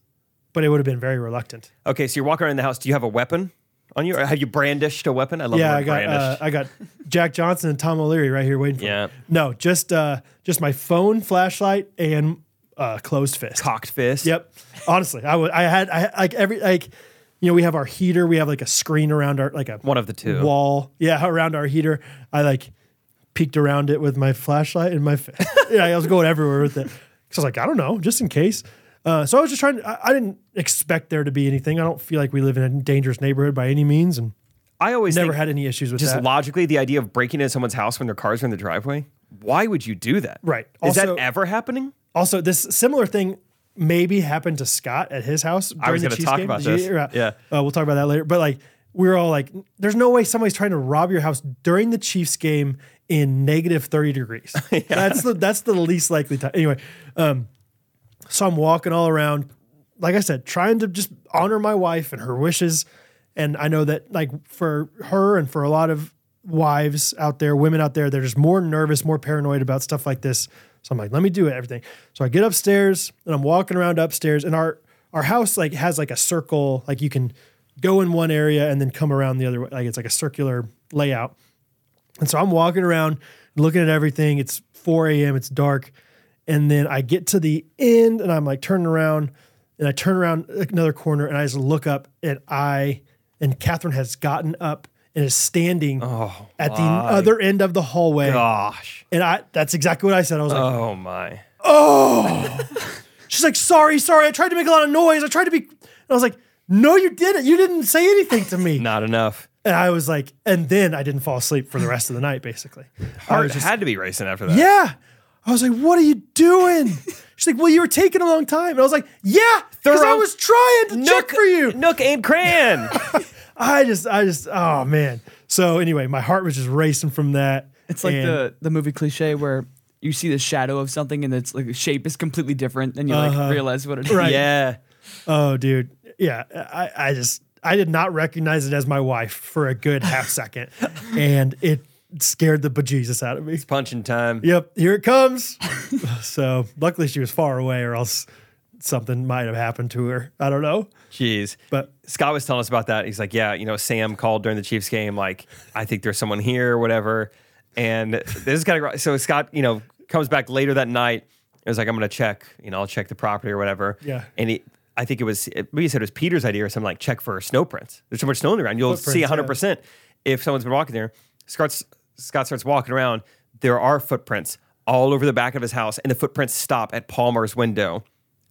but it would have been very reluctant.
Okay, so you're walking around the house. Do you have a weapon on you? Or have you brandished a weapon? I love
yeah,
the
I
word
got uh,
brandished.
I got Jack Johnson and Tom O'Leary right here waiting for
Yeah.
me. No, just uh, just my phone, flashlight, and uh, closed fist.
Cocked fist.
Yep. Honestly, I would. I had. I had, like every like, you know, we have our heater. We have like a screen around our like a
One of the two.
wall. Yeah, around our heater. I like peeked around it with my flashlight and my. fa- yeah, I was going everywhere with it. So I was like, I don't know, just in case. Uh, so I was just trying. To, I, I didn't expect there to be anything. I don't feel like we live in a dangerous neighborhood by any means, and
I always
Never
think
had any issues with
just
that.
logically the idea of breaking into someone's house when their cars are in the driveway. Why would you do that?
Right.
Is
Also-
that ever happening?
Also, this similar thing maybe happened to Scott at his house. During
was
the
gonna
Chiefs
talk
game.
about
Did you
this.
hear about-
Yeah.
uh, we'll talk about that later. But like, we were all like, "There's no way somebody's trying to rob your house during the Chiefs game in negative thirty degrees." That's the that's the least likely time. Anyway, um, so I'm walking all around, like I said, trying to just honor my wife and her wishes. And I know that like for her and for a lot of wives out there, women out there, they're just more nervous, more paranoid about stuff like this. So I'm like, let me do everything. So I get upstairs and I'm walking around upstairs and our our house like has like a circle, like you can go in one area and then come around the other way. Like it's like a circular layout. And so I'm walking around looking at everything. It's 4 a.m., it's dark. And then I get to the end and I'm like turning around and I turn around another corner and I just look up and I and Catherine has gotten up and is standing at the other end of the hallway.
Gosh.
And I that's exactly what I said. I was like,
Oh my.
She's like, sorry, sorry. I tried to make a lot of noise. I tried to be. And I was like, no, you didn't. You didn't say anything to me.
Not enough.
And I was like, and then I didn't fall asleep for the rest of the night, basically. I
Heart
was just-
had to be racing after that.
yeah. I was like, what are you doing? She's like, well, you were taking a long time. And I was like, yeah, because I
Thorough.
was trying to check for you.
Nook and Cran.
I just, I just, oh man. So anyway, my heart was just racing from that.
It's like
And-
the, the movie cliche where you see the shadow of something and it's like the shape is completely different and you like realize what it is.
Uh-huh. Right.
yeah.
Oh, dude. Yeah. I, I just, I did not recognize it as my wife for a good half second. and it scared the bejesus out of me.
Punching time.
Yep. Here it comes. so luckily she was far away or else something might have happened to her. I don't know.
Jeez.
But-
Scott was telling us about that. He's like, yeah, you know, Sam called during the Chiefs game, like, I think there's someone here or whatever. And this is kind of so Scott, you know, comes back later that night. It was like, I'm going to check, you know, I'll check the property or whatever.
Yeah.
And he, I think it was, it- maybe he said it was Peter's idea or something like, check for snow prints. There's so much snow on the ground. You'll see
Footprints, yeah.
100% if someone's been walking there. Scott's, Scott starts walking around. There are footprints all over the back of his house, and the footprints stop at Palmer's window.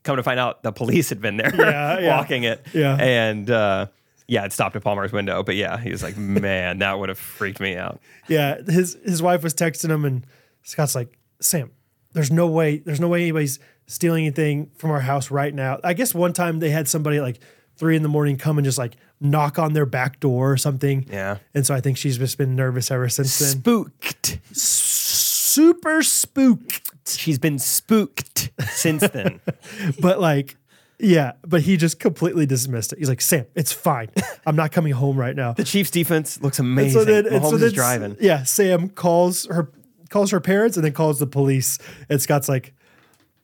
Come to find out, the police had been there
Yeah, yeah.
walking it.
Yeah.
And uh, yeah, it stopped at Palmer's window. But yeah, he was like, man, that would have freaked me out.
Yeah, his his wife was texting him, and Scott's like, "Sam, there's no way, there's no way anybody's stealing anything from our house right now." I guess one time they had somebody at like three in the morning come and just like knock on their back door or something.
Yeah.
and so I think she's just been nervous ever since then.
Spooked.
Super spooked,
She's been spooked since then.
but like. Yeah, but he just completely dismissed it. He's like, Sam, it's fine. I'm not coming home right now.
the Chiefs defense looks amazing.
and
Mahomes
then
is driving.
Yeah, Sam calls her calls her parents and then calls the police. And Scott's like,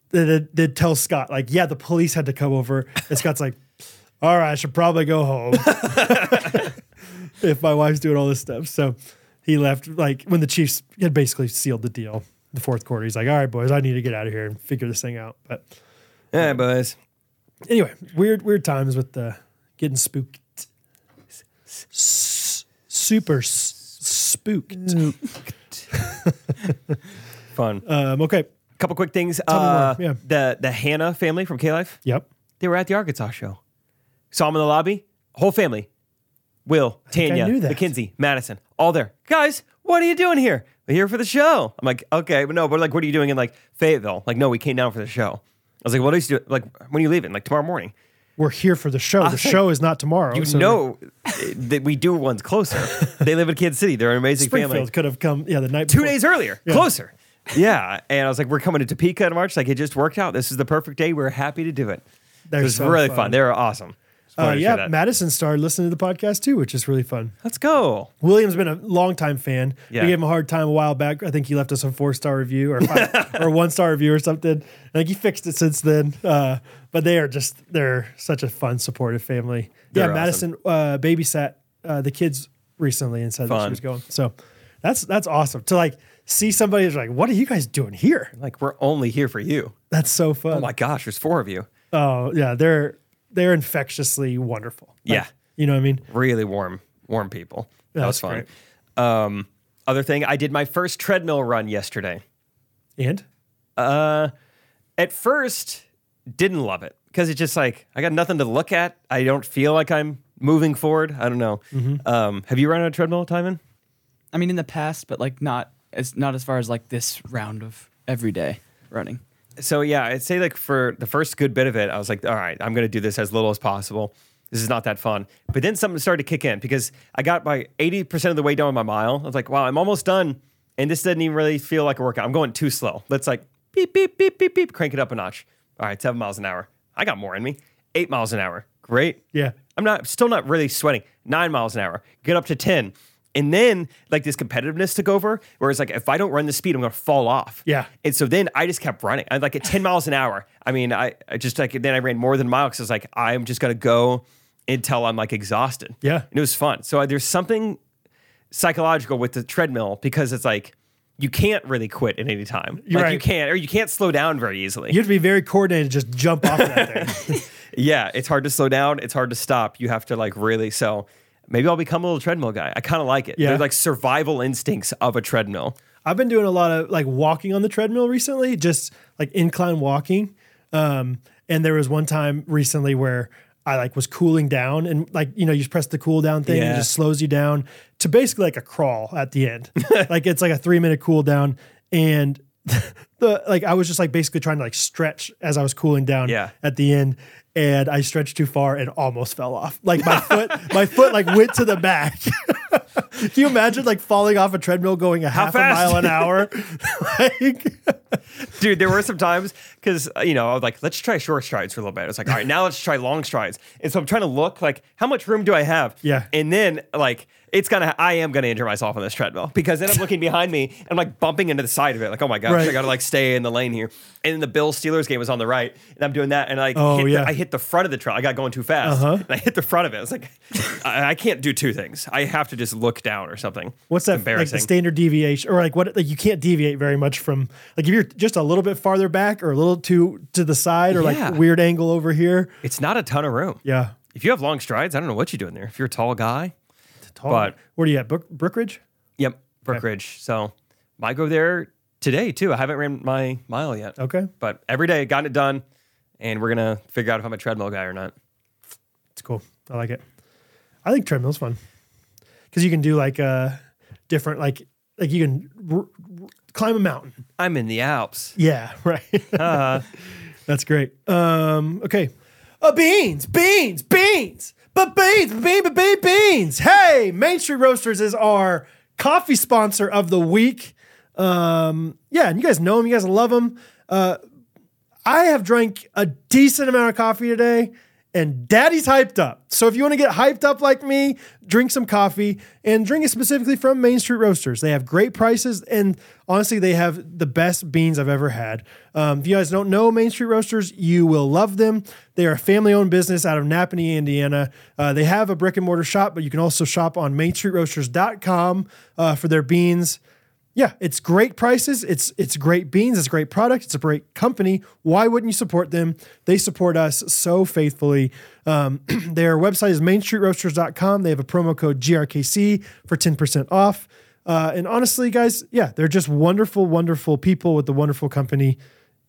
then then- then tells Scott like, yeah, the police had to come over. And Scott's like, all right, I should probably go home if my wife's doing all this stuff. So he left like when the Chiefs had basically sealed the deal. The fourth quarter, he's like, all right, boys, I need to get out of here and figure this thing out. But
Yeah, boys.
anyway, weird weird times with the getting spooked. S- Super s- spooked.
Fun. A
Um, okay.
couple quick things.
me more,
Uh,
yeah.
The the Hannah family from K Life.
Yep.
They were at the Arkansas show. Saw them in the lobby. Whole family. Will,
think I
Tanya,
knew that.
Mackenzie, Madison, all there. Guys, what are you doing here? We're here for the show. I'm like, okay, but no, but like, what are you doing in like Fayetteville? Like, no, we came down for the show. I was like, what are you doing? Like, when are you leaving? Like tomorrow morning.
We're here for the show. The
was
show is not tomorrow.
You
so
know that we do ones closer. they live in Kansas City. They're an amazing family.
Springfield could have come. Yeah, the night
two
before.
days earlier, closer. Yeah. And I was like, we're coming to Topeka in March. Like, it just worked out. This is the perfect day. We're happy to do it.
They're
it was
so
really
fun.
fun. They're awesome. Just wanted
Uh,
to share
yeah,
that.
Madison started listening to the podcast too, which is really fun.
Let's go.
William's been a longtime fan.
Yeah.
We gave him a hard time a while back. I think he left us a four star review or five, or one star review or something. I think he fixed it since then. Uh, but they are just they're such a fun, supportive family.
They're
yeah, Madison
awesome.
uh, babysat uh, the kids recently and said that she
Fun.
was going. So that's that's awesome to like see somebody who's like, what are you guys doing here?
Like we're only here for you.
That's so
Oh
fun.
my gosh, there's four of you.
Oh yeah, they're they're infectiously wonderful. Like,
Yeah.
you know what I mean.
Really warm, warm people. That
That's
was fun. Um, other thing, I did my first treadmill run yesterday. Uh,
And
At first, didn't love it because it's just like I got nothing to look at. I don't feel like I'm moving forward. I don't know. Um, have you run on a treadmill, Timon?
I mean, in the past, but like not as not as far as like this round of everyday running.
so yeah, I'd say like for the first good bit of it, I was like, all right, I'm gonna do this as little as possible. This is not that fun. But then something started to kick in because I got my 80% of the way down my mile. I was like, wow, I'm almost done. And this doesn't even really feel like a workout. I'm going too slow. Let's like beep, beep, beep, beep, beep, crank it up a notch. All right, seven miles an hour. I got more in me. Eight miles an hour. Great.
Yeah.
I'm not still not really sweating. Nine miles an hour. Get up to ten. And then like this competitiveness took over, where it's like if I don't run the speed, I'm gonna fall off.
Yeah.
And so then I just kept running. I like at 10 miles an hour. I mean, I, I just like then I ran more than a mile because I was like, I'm just gonna go until I'm like exhausted.
Yeah.
And it was fun. So uh, there's something psychological with the treadmill because it's like you can't really quit at any time.
You're
like
right.
you can't or you can't slow down very easily.
You have to be very coordinated to just jump off of that thing.
Yeah, it's hard to slow down. It's hard to stop. You have to like really. So maybe I'll become a little treadmill guy. I kind of like it.
Yeah.
They're like survival instincts of a treadmill.
I've been doing a lot of like walking on the treadmill recently, just like incline walking. Um, and there was one time recently where I like was cooling down and like, you know, you just press the cool down thing and
Yeah.
it just slows you down to basically like a crawl at the end. like it's like a three minute cool down. And the like I was just like basically trying to like stretch as I was cooling down
Yeah.
at the end. And I stretched too far and almost fell off. Like my foot, my foot like went to the back. Can you imagine like falling off a treadmill going a half
fast?
a mile an hour? like,
Dude, there were some times because, you know, I was like, let's try short strides for a little bit. It's like, all right, now let's try long strides. And so I'm trying to look like, how much room do I have?
Yeah.
And then, like, it's gonna, I am gonna injure myself on this treadmill because then I'm looking behind me and I'm like bumping into the side of it. Like, oh my gosh,
Right.
I gotta like stay in the lane here. And then the Bill Steelers game was on the right and I'm doing that. And I like,
Oh,
hit
yeah.
the, I hit the front of the treadmill. I got going too fast.
Uh-huh.
And I hit the front of it. It's like, I, I can't do two things. I have to just look down or something.
what's
It's
that? Like
Embarrassing.
the standard deviation, or like what? Like you can't deviate very much from like if you're just a little bit farther back or a little too to the side or
Yeah.
like weird angle over here.
it's not a ton of room.
Yeah,
If you have long strides, I don't know what you do in there. If you're a tall guy,
tall.
But-
where do you at? Brook, Brookridge.
Yep, Brookridge. So I go there today too. I haven't ran my mile yet.
Okay,
But every day, gotten it done, and we're gonna figure out if I'm a treadmill guy or not.
it's cool. I like it. I think treadmill's fun because you can do like uh different like like you can r- r- climb a mountain.
I'm in the Alps.
Yeah, right. That's great. Um, okay. Uh, beans, beans, beans, but beans, beans, beans, beans. Hey, Main Street Roasters is our coffee sponsor of the week. Um, yeah, and you guys know them, you guys love them. Uh, I have drank a decent amount of coffee today, and daddy's hyped up. So if you want to get hyped up like me, drink some coffee and drink it specifically from Main Street Roasters. They have great prices, and honestly, they have the best beans I've ever had. Um, if you guys don't know Main Street Roasters, you will love them. They are a family owned business out of Napanee, Indiana. Uh, they have a brick and mortar shop, but you can also shop on mainstreetroasters.com uh, for their beans. Yeah, it's great prices. It's it's great beans. It's a great product. It's a great company. Why wouldn't you support them? They support us so faithfully. Um, their website is mainstreetroasters.com. They have a promo code GRKC for 10% off. Uh, and honestly, guys, yeah, they're just wonderful, wonderful people with the wonderful company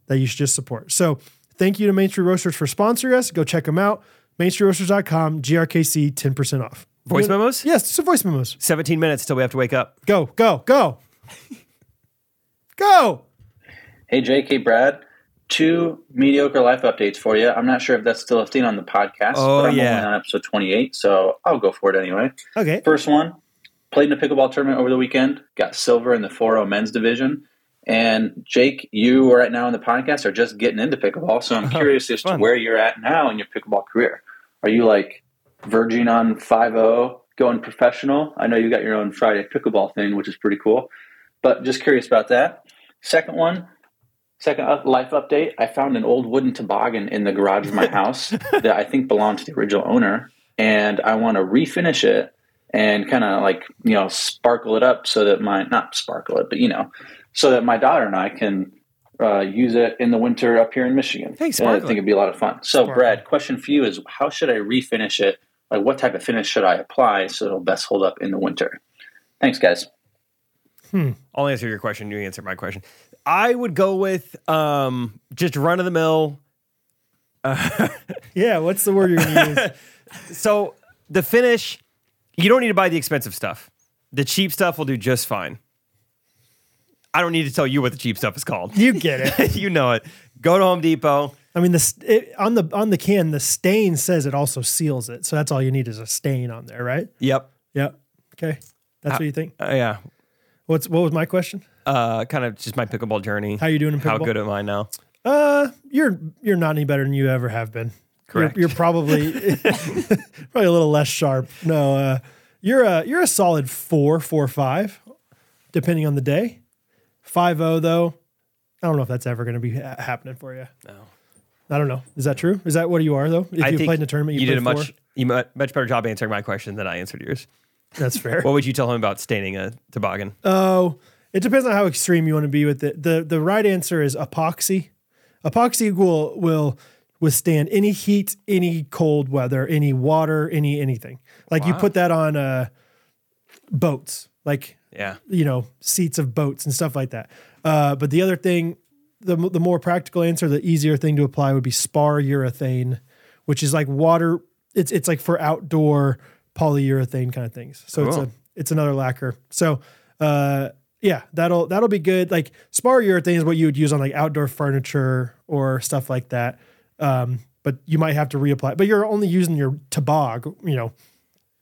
that you should just support. So thank you to Main Street Roasters for sponsoring us. Go check them out. Mainstreetroasters.com, GRKC, 10% off.
Voice memos?
Yes, so voice memos.
17 minutes till we have to wake up.
Go, go, go. go.
Hey, JK Brad, two mediocre life updates for you. I'm not sure if that's still a thing on the podcast,
Oh,
but I'm
yeah.
only on episode 28, so I'll go for it anyway.
Okay.
First one played in a pickleball tournament over the weekend, got silver in the 4 men's division. And Jake, you right now in the podcast are just getting into pickleball, so I'm curious as to
fun.
where you're at now in your pickleball career. Are you like verging on 5 going professional? I know you got your own Friday pickleball thing, which is pretty cool, but just curious about that. Second one, Second up, life update. I found an old wooden toboggan in the garage of my house that I think belonged to the original owner, and I want to refinish it and kind of like you know sparkle it up so that my not sparkle it, but you know, so that my daughter and I can uh, use it in the winter up here in Michigan.
Hey,
And I
sparkle
think
it.
it'd be a lot of fun. So,
Sparkle.
Brad, question for you is: How should I refinish it? Like, what type of finish should I apply so it'll best hold up in the winter? Thanks, guys.
I'll answer your question. You answer my question. I would go with um, just run of the mill.
Yeah, what's the word you're going to use?
So the finish, you don't need to buy the expensive stuff. The cheap stuff will do just fine. I don't need to tell you what the cheap stuff is called.
You get it.
you know it. Go to Home Depot.
I mean, the st- it, on the on the can, the stain says it also seals it. So that's all you need is a stain on there, right?
Yep.
Yep. Okay. That's what you think.
Uh, yeah.
What's what was my question?
Uh, kind of just my pickleball journey.
How you doing in
How
pickleball?
good am I now?
Uh, you're you're not any better than you ever have been.
Correct.
You're, you're probably probably a little less sharp. No, uh, you're a you're a solid four, four, five, depending on the day. Five zero though, I don't know if that's ever going to be ha- happening for you. No, I don't know. Is that true? Is that what you are though? If
I
you
think
played in a tournament, you,
you did a
played
much
four?
you mu- much better job answering my question than I answered yours.
That's fair.
What would you tell him about staining a toboggan?
Oh, it depends on how extreme you want to be with it. The the right answer is epoxy. Epoxy will will withstand any heat, any cold weather, any water, any anything. Like you put that on uh boats, like
yeah.
you know, seats of boats and stuff like that. Uh, but the other thing, the, the more practical answer, the easier thing to apply would be spar urethane, which is like water. It's it's like for outdoor polyurethane kind of things. So it's
Cool.
a it's another lacquer. So uh, yeah, that'll that'll be good. Like spar urethane is what you would use on like outdoor furniture or stuff like that. Um, but you might have to reapply. But you're only using your tabog, you know,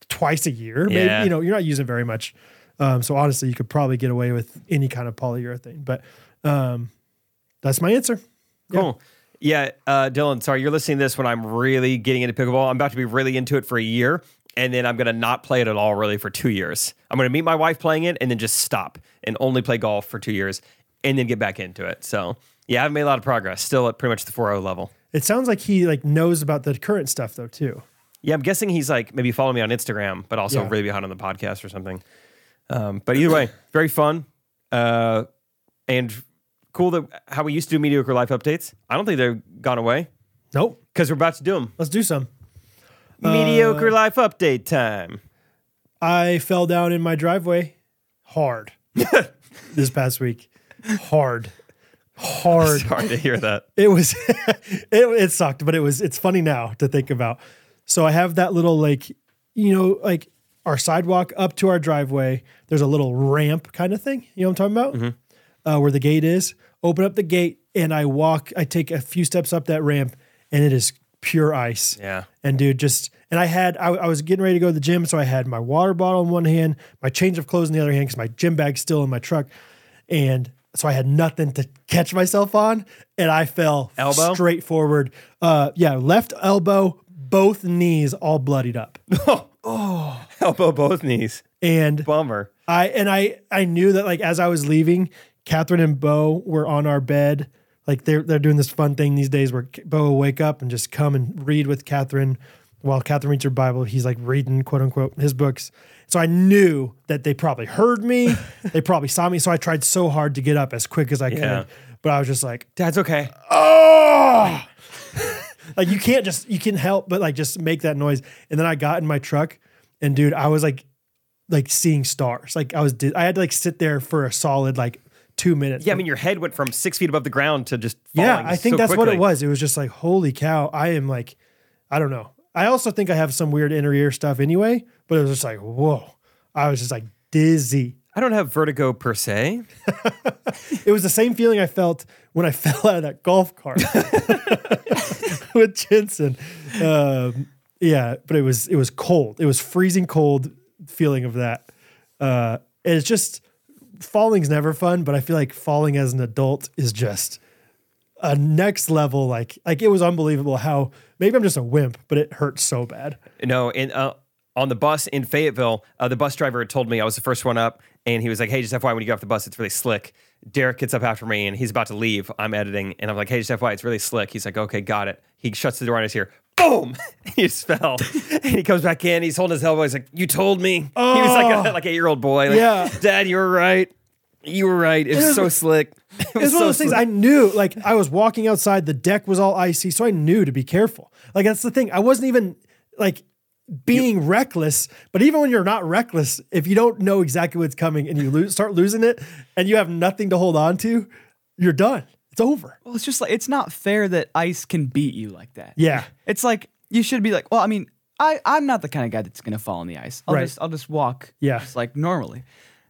twice a year.
Yeah.
Maybe, you know, you're not using it very much. Um, so honestly, you could probably get away with any kind of polyurethane. But um, that's my answer.
Cool. Yeah, uh, Dylan, sorry, you're listening to this when I'm really getting into pickleball. I'm about to be really into it for a year, and then I'm going to not play it at all really for two years. I'm going to meet my wife playing it and then just stop and only play golf for two years and then get back into it. So, yeah, I've made a lot of progress, still at pretty much the 4 level.
It sounds like he like knows about the current stuff though too.
Yeah, I'm guessing he's like maybe following me on Instagram, but also
Yeah.
really behind on the podcast or something. Um, but either way, very fun uh, and cool that how we used to do mediocre life updates. I don't think they've gone away
Nope.
because we're about to do them.
Let's do some. Uh,
Mediocre life update time.
I fell down in my driveway hard this past week. Hard. Hard.
Sorry to hear that.
it was it, it sucked but it was it's funny now to think about so i have that little like you know like our sidewalk up to our driveway there's a little ramp kind of thing you know what i'm talking about uh, where the gate is open up the gate and i walk i take a few steps up that ramp and it is pure ice
Yeah.
and dude just and i had I, I was getting ready to go to the gym so i had my water bottle in one hand my change of clothes in the other hand because my gym bag's still in my truck and so i had nothing to catch myself on and i fell
Elbow?
straight forward uh yeah left elbow both knees all bloodied up
Elbow both knees.
and
Bummer.
I and I I knew that like as I was leaving, Catherine and Bo were on our bed. Like they're they're doing this fun thing these days where Bo will wake up and just come and read with Catherine while Catherine reads her Bible. He's like reading quote unquote his books. So I knew that they probably heard me. they probably saw me. So I tried so hard to get up as quick as I
Yeah.
could. But I was just like,
Dad's okay.
oh like you can't just you can help but like just make that noise and then i got in my truck and dude i was like like seeing stars like i was di- i had to like sit there for a solid like two minutes
Yeah, I mean your head went from six feet above the ground to just falling
yeah i think
so
that's what
quickly.
it was it was just like holy cow i am like i don't know i also think i have some weird inner ear stuff anyway but it was just like whoa i was just like dizzy
I don't have vertigo per se.
It was the same feeling I felt when I fell out of that golf cart with Jensen. Um, yeah, but it was it was cold. It was freezing cold feeling of that. Uh, and it's just falling's never fun, but I feel like falling as an adult is just a next level. Like like it was unbelievable how maybe I'm just a wimp, but it hurt so bad.
No, and uh, on the bus in Fayetteville, uh, the bus driver had told me I was the first one up, and he was like, "Hey, just FYI, when you get off the bus, it's really slick." Derek gets up after me, and he's about to leave. I'm editing, and I'm like, "Hey, just FYI, it's really slick." He's like, "Okay, got it." He shuts the door on us here. Boom! he just fell, and he comes back in. He's holding his elbow. He's like, "You told me." He was like a, like eight year old boy. Like,
Oh. Yeah.
Dad, you were right. You were right. It was so slick.
It's
It was
one
so
of those things
slick.
I knew. Like I was walking outside, the deck was all icy, so I knew to be careful. Like that's the thing. I wasn't even like being reckless. But even when you're not reckless, if you don't know exactly what's coming and you lose, start losing it, and you have nothing to hold on to, you're done. It's over.
Well, it's just like it's not fair that ice can beat you like that.
Yeah.
It's like you should be like, well, I mean, I I'm not the kind of guy that's gonna fall on the ice. I'll
Right.
just I'll just walk.
Yeah.
just like normally.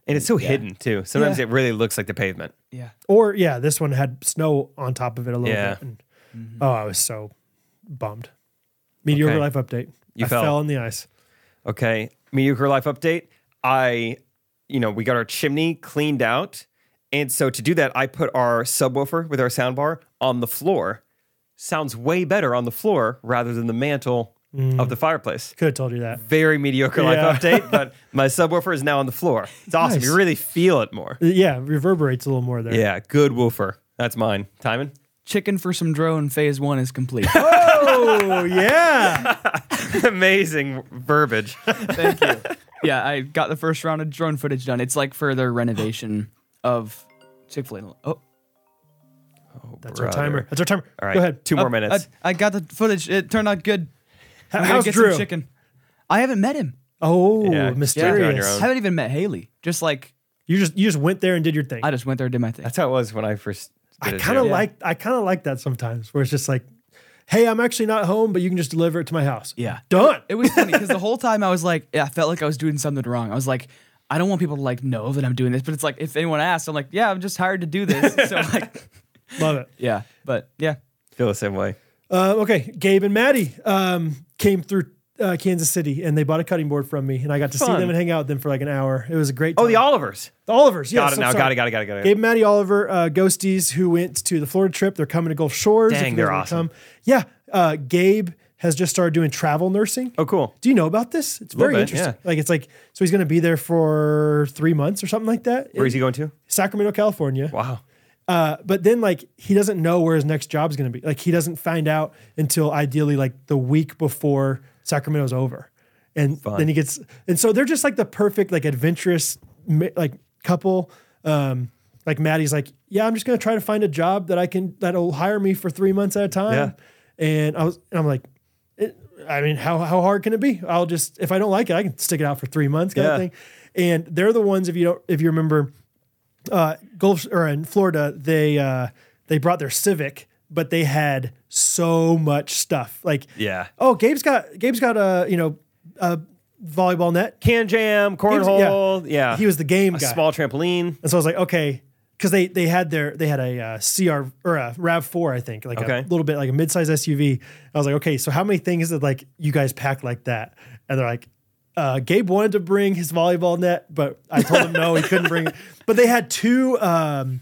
And it's so hidden too. Sometimes
Yeah.
it really looks like the pavement.
Yeah.
Or yeah, this one had snow on top of it a little
Yeah. Mm-hmm.
bit. And, Oh, I was so bummed. Mediocre
Okay.
life update.
You
I
fell.
fell on the ice.
Okay. Mediocre life update. I, you know, we got our chimney cleaned out. And so to do that, I put our subwoofer with our sound bar on the floor. Sounds way better on the floor rather than the mantle of the fireplace.
Could have told you that.
Very mediocre life
Mm. Yeah.
update, but my subwoofer is now on the floor. It's awesome.
Nice.
You really feel it more.
Yeah, reverberates a little more there.
Yeah, good woofer. That's mine. Timon?
Chicken for some drone phase one is complete.
Oh yeah.
Amazing verbiage.
Thank you. Yeah, I got the first round of drone footage done. It's like further renovation of Chick fil A. Oh,
That's our timer. That's our timer.
All right.
Go ahead. Uh,
Two more minutes.
I, I got the footage. It turned out good.
How-
I'm gonna
How's
get
Drew?
Some chicken. I haven't met him.
Oh,
Yeah,
mysterious.
you're on your
I
own.
haven't even met Haley. Just like
You just you just went there and did your thing.
I just went there, did my thing.
That's how it was when I first.
I
did it,
kind of
too.
like I kind of like that sometimes, where it's just like, hey, I'm actually not home, but you can just deliver it to my house.
Yeah.
done.
It was funny because the whole time I was like, yeah, I felt like I was doing something wrong. I was like, I don't want people to like know that I'm doing this, but it's like if anyone asks, I'm like, yeah, I'm just hired to do this. so like,
Love it.
yeah, but yeah,
feel the same way.
Uh, okay, Gabe and Maddie um, came through uh, Kansas City and they bought a cutting board from me, and I got to see
Fun.
them and hang out with them for like an hour. It was a great. Time.
Oh, the Olivers.
The Olivers. Yes,
Got it
I'm
now.
sorry.
Got it. Got it. Got it. Got it.
Gabe, Maddie, Oliver, uh, Ghosties, who went to the Florida trip. They're coming to Gulf Shores.
Dang,
if you guys
they're
wanna
awesome.
come. Yeah, uh, Gabe has just started doing travel nursing.
oh, cool.
Do you know about this? It's
Little
very
bit,
interesting.
yeah.
Like it's like so he's going to be there for three months or something like that.
Where is he going to?
Sacramento, California.
Wow.
Uh, but then like he doesn't know where his next job's going to be. Like he doesn't find out until ideally like the week before Sacramento's over, and then he gets. And so they're just like the perfect like adventurous ma- like couple. Um, like Maddie's like, yeah, I'm just going to try to find a job that I can that'll hire me for three months at a time. And I was, and I'm like, it, I mean, how how hard can it be? I'll just if I don't like it, I can stick it out for three months, kind
Yeah.
of thing. And they're the ones if you don't if you remember, uh, Gulf or in Florida, they uh, they brought their Civic, but they had so much stuff. Like,
Yeah.
oh, Gabe's got Gabe's got a you know a volleyball net.
Can jam,
He was-
cornhole. Yeah.
he was the game
a
guy.
small trampoline.
And so I was like, okay, because they they had their they had a uh, CR or a Rav Four, I think, like
Okay.
a little bit like a midsize SUV. I was like, okay, so how many things did like you guys pack like that? And they're like, uh, Gabe wanted to bring his volleyball net, but I told him no, he couldn't bring. it. But they had two um,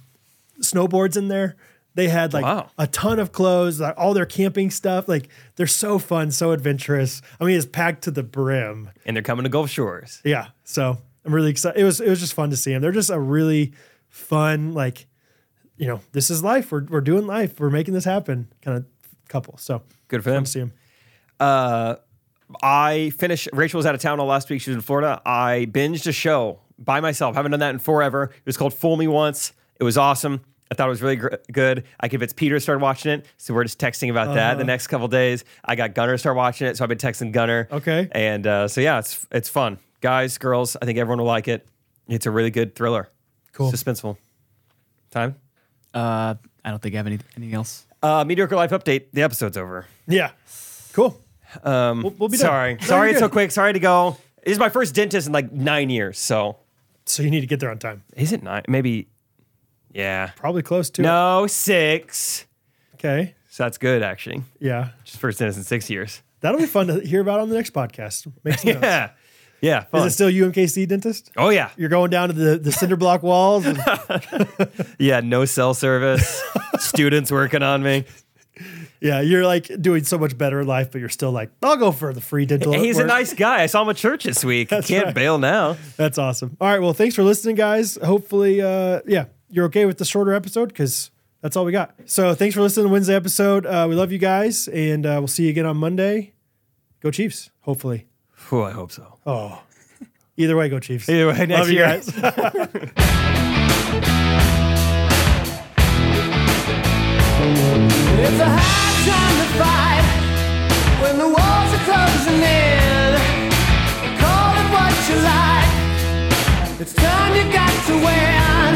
snowboards in there. They had like
Wow.
a ton of clothes, like, all their camping stuff. Like they're so fun, so adventurous. I mean, it's packed to the brim.
And they're coming to Gulf Shores.
Yeah. So I'm really excited. It was it was just fun to see them. They're just a really fun, like, you know, this is life. We're we're doing life. We're making this happen kind of couple. So
Good for
fun
them.
to see them.
I finished. Rachel was out of town all last week. She was in Florida. I binged a show by myself. Haven't done that in forever. It was called Fool Me Once. It was awesome. I thought it was really gr- good. I convinced Peter to start watching it, so we're just texting about that
Uh-huh.
the next couple days. I got Gunner to start watching it, so I've been texting Gunner.
Okay.
And uh, so yeah, it's it's fun, guys, girls. I think everyone will like it. It's a really good thriller.
Cool.
Suspenseful. Time.
uh, I don't think I have any, anything else.
Uh, mediocre life update. The episode's over.
Yeah. Cool.
Um,
We'll- we'll be done.
sorry,
No,
sorry,
you're
it's so
good.
quick. Sorry to go. This is my first dentist in like nine years. So
So you need to get there on time.
is it nine? Maybe. Yeah.
Probably close to it.
No six.
Okay.
So that's good actually.
Yeah.
Just first dentist in six years.
That'll be fun to hear about on the next podcast. Make some notes.
Yeah. Yeah.
Is
Fun.
it still UMKC dentist?
oh yeah.
You're going down to the, the cinder block walls. and-
Yeah. No cell service. Students working on me.
yeah, you're like doing so much better in life, but you're still like, I'll go for the free dental.
He's a
work."
nice guy. I saw him at church this week.
That's
Can't
right.
bail now.
That's awesome. All right. Well, thanks for listening, guys. Hopefully, uh, yeah, you're okay with the shorter episode because that's all we got. So thanks for listening to Wednesday episode. Uh, we love you guys, and uh, we'll see you again on Monday. Go Chiefs, hopefully.
Whew, I hope so.
Oh, either way, go Chiefs.
Either way, next
love you
year.
guys.
It's a hard time to fight when the walls are closing in. Call it what you like. It's time you got to win.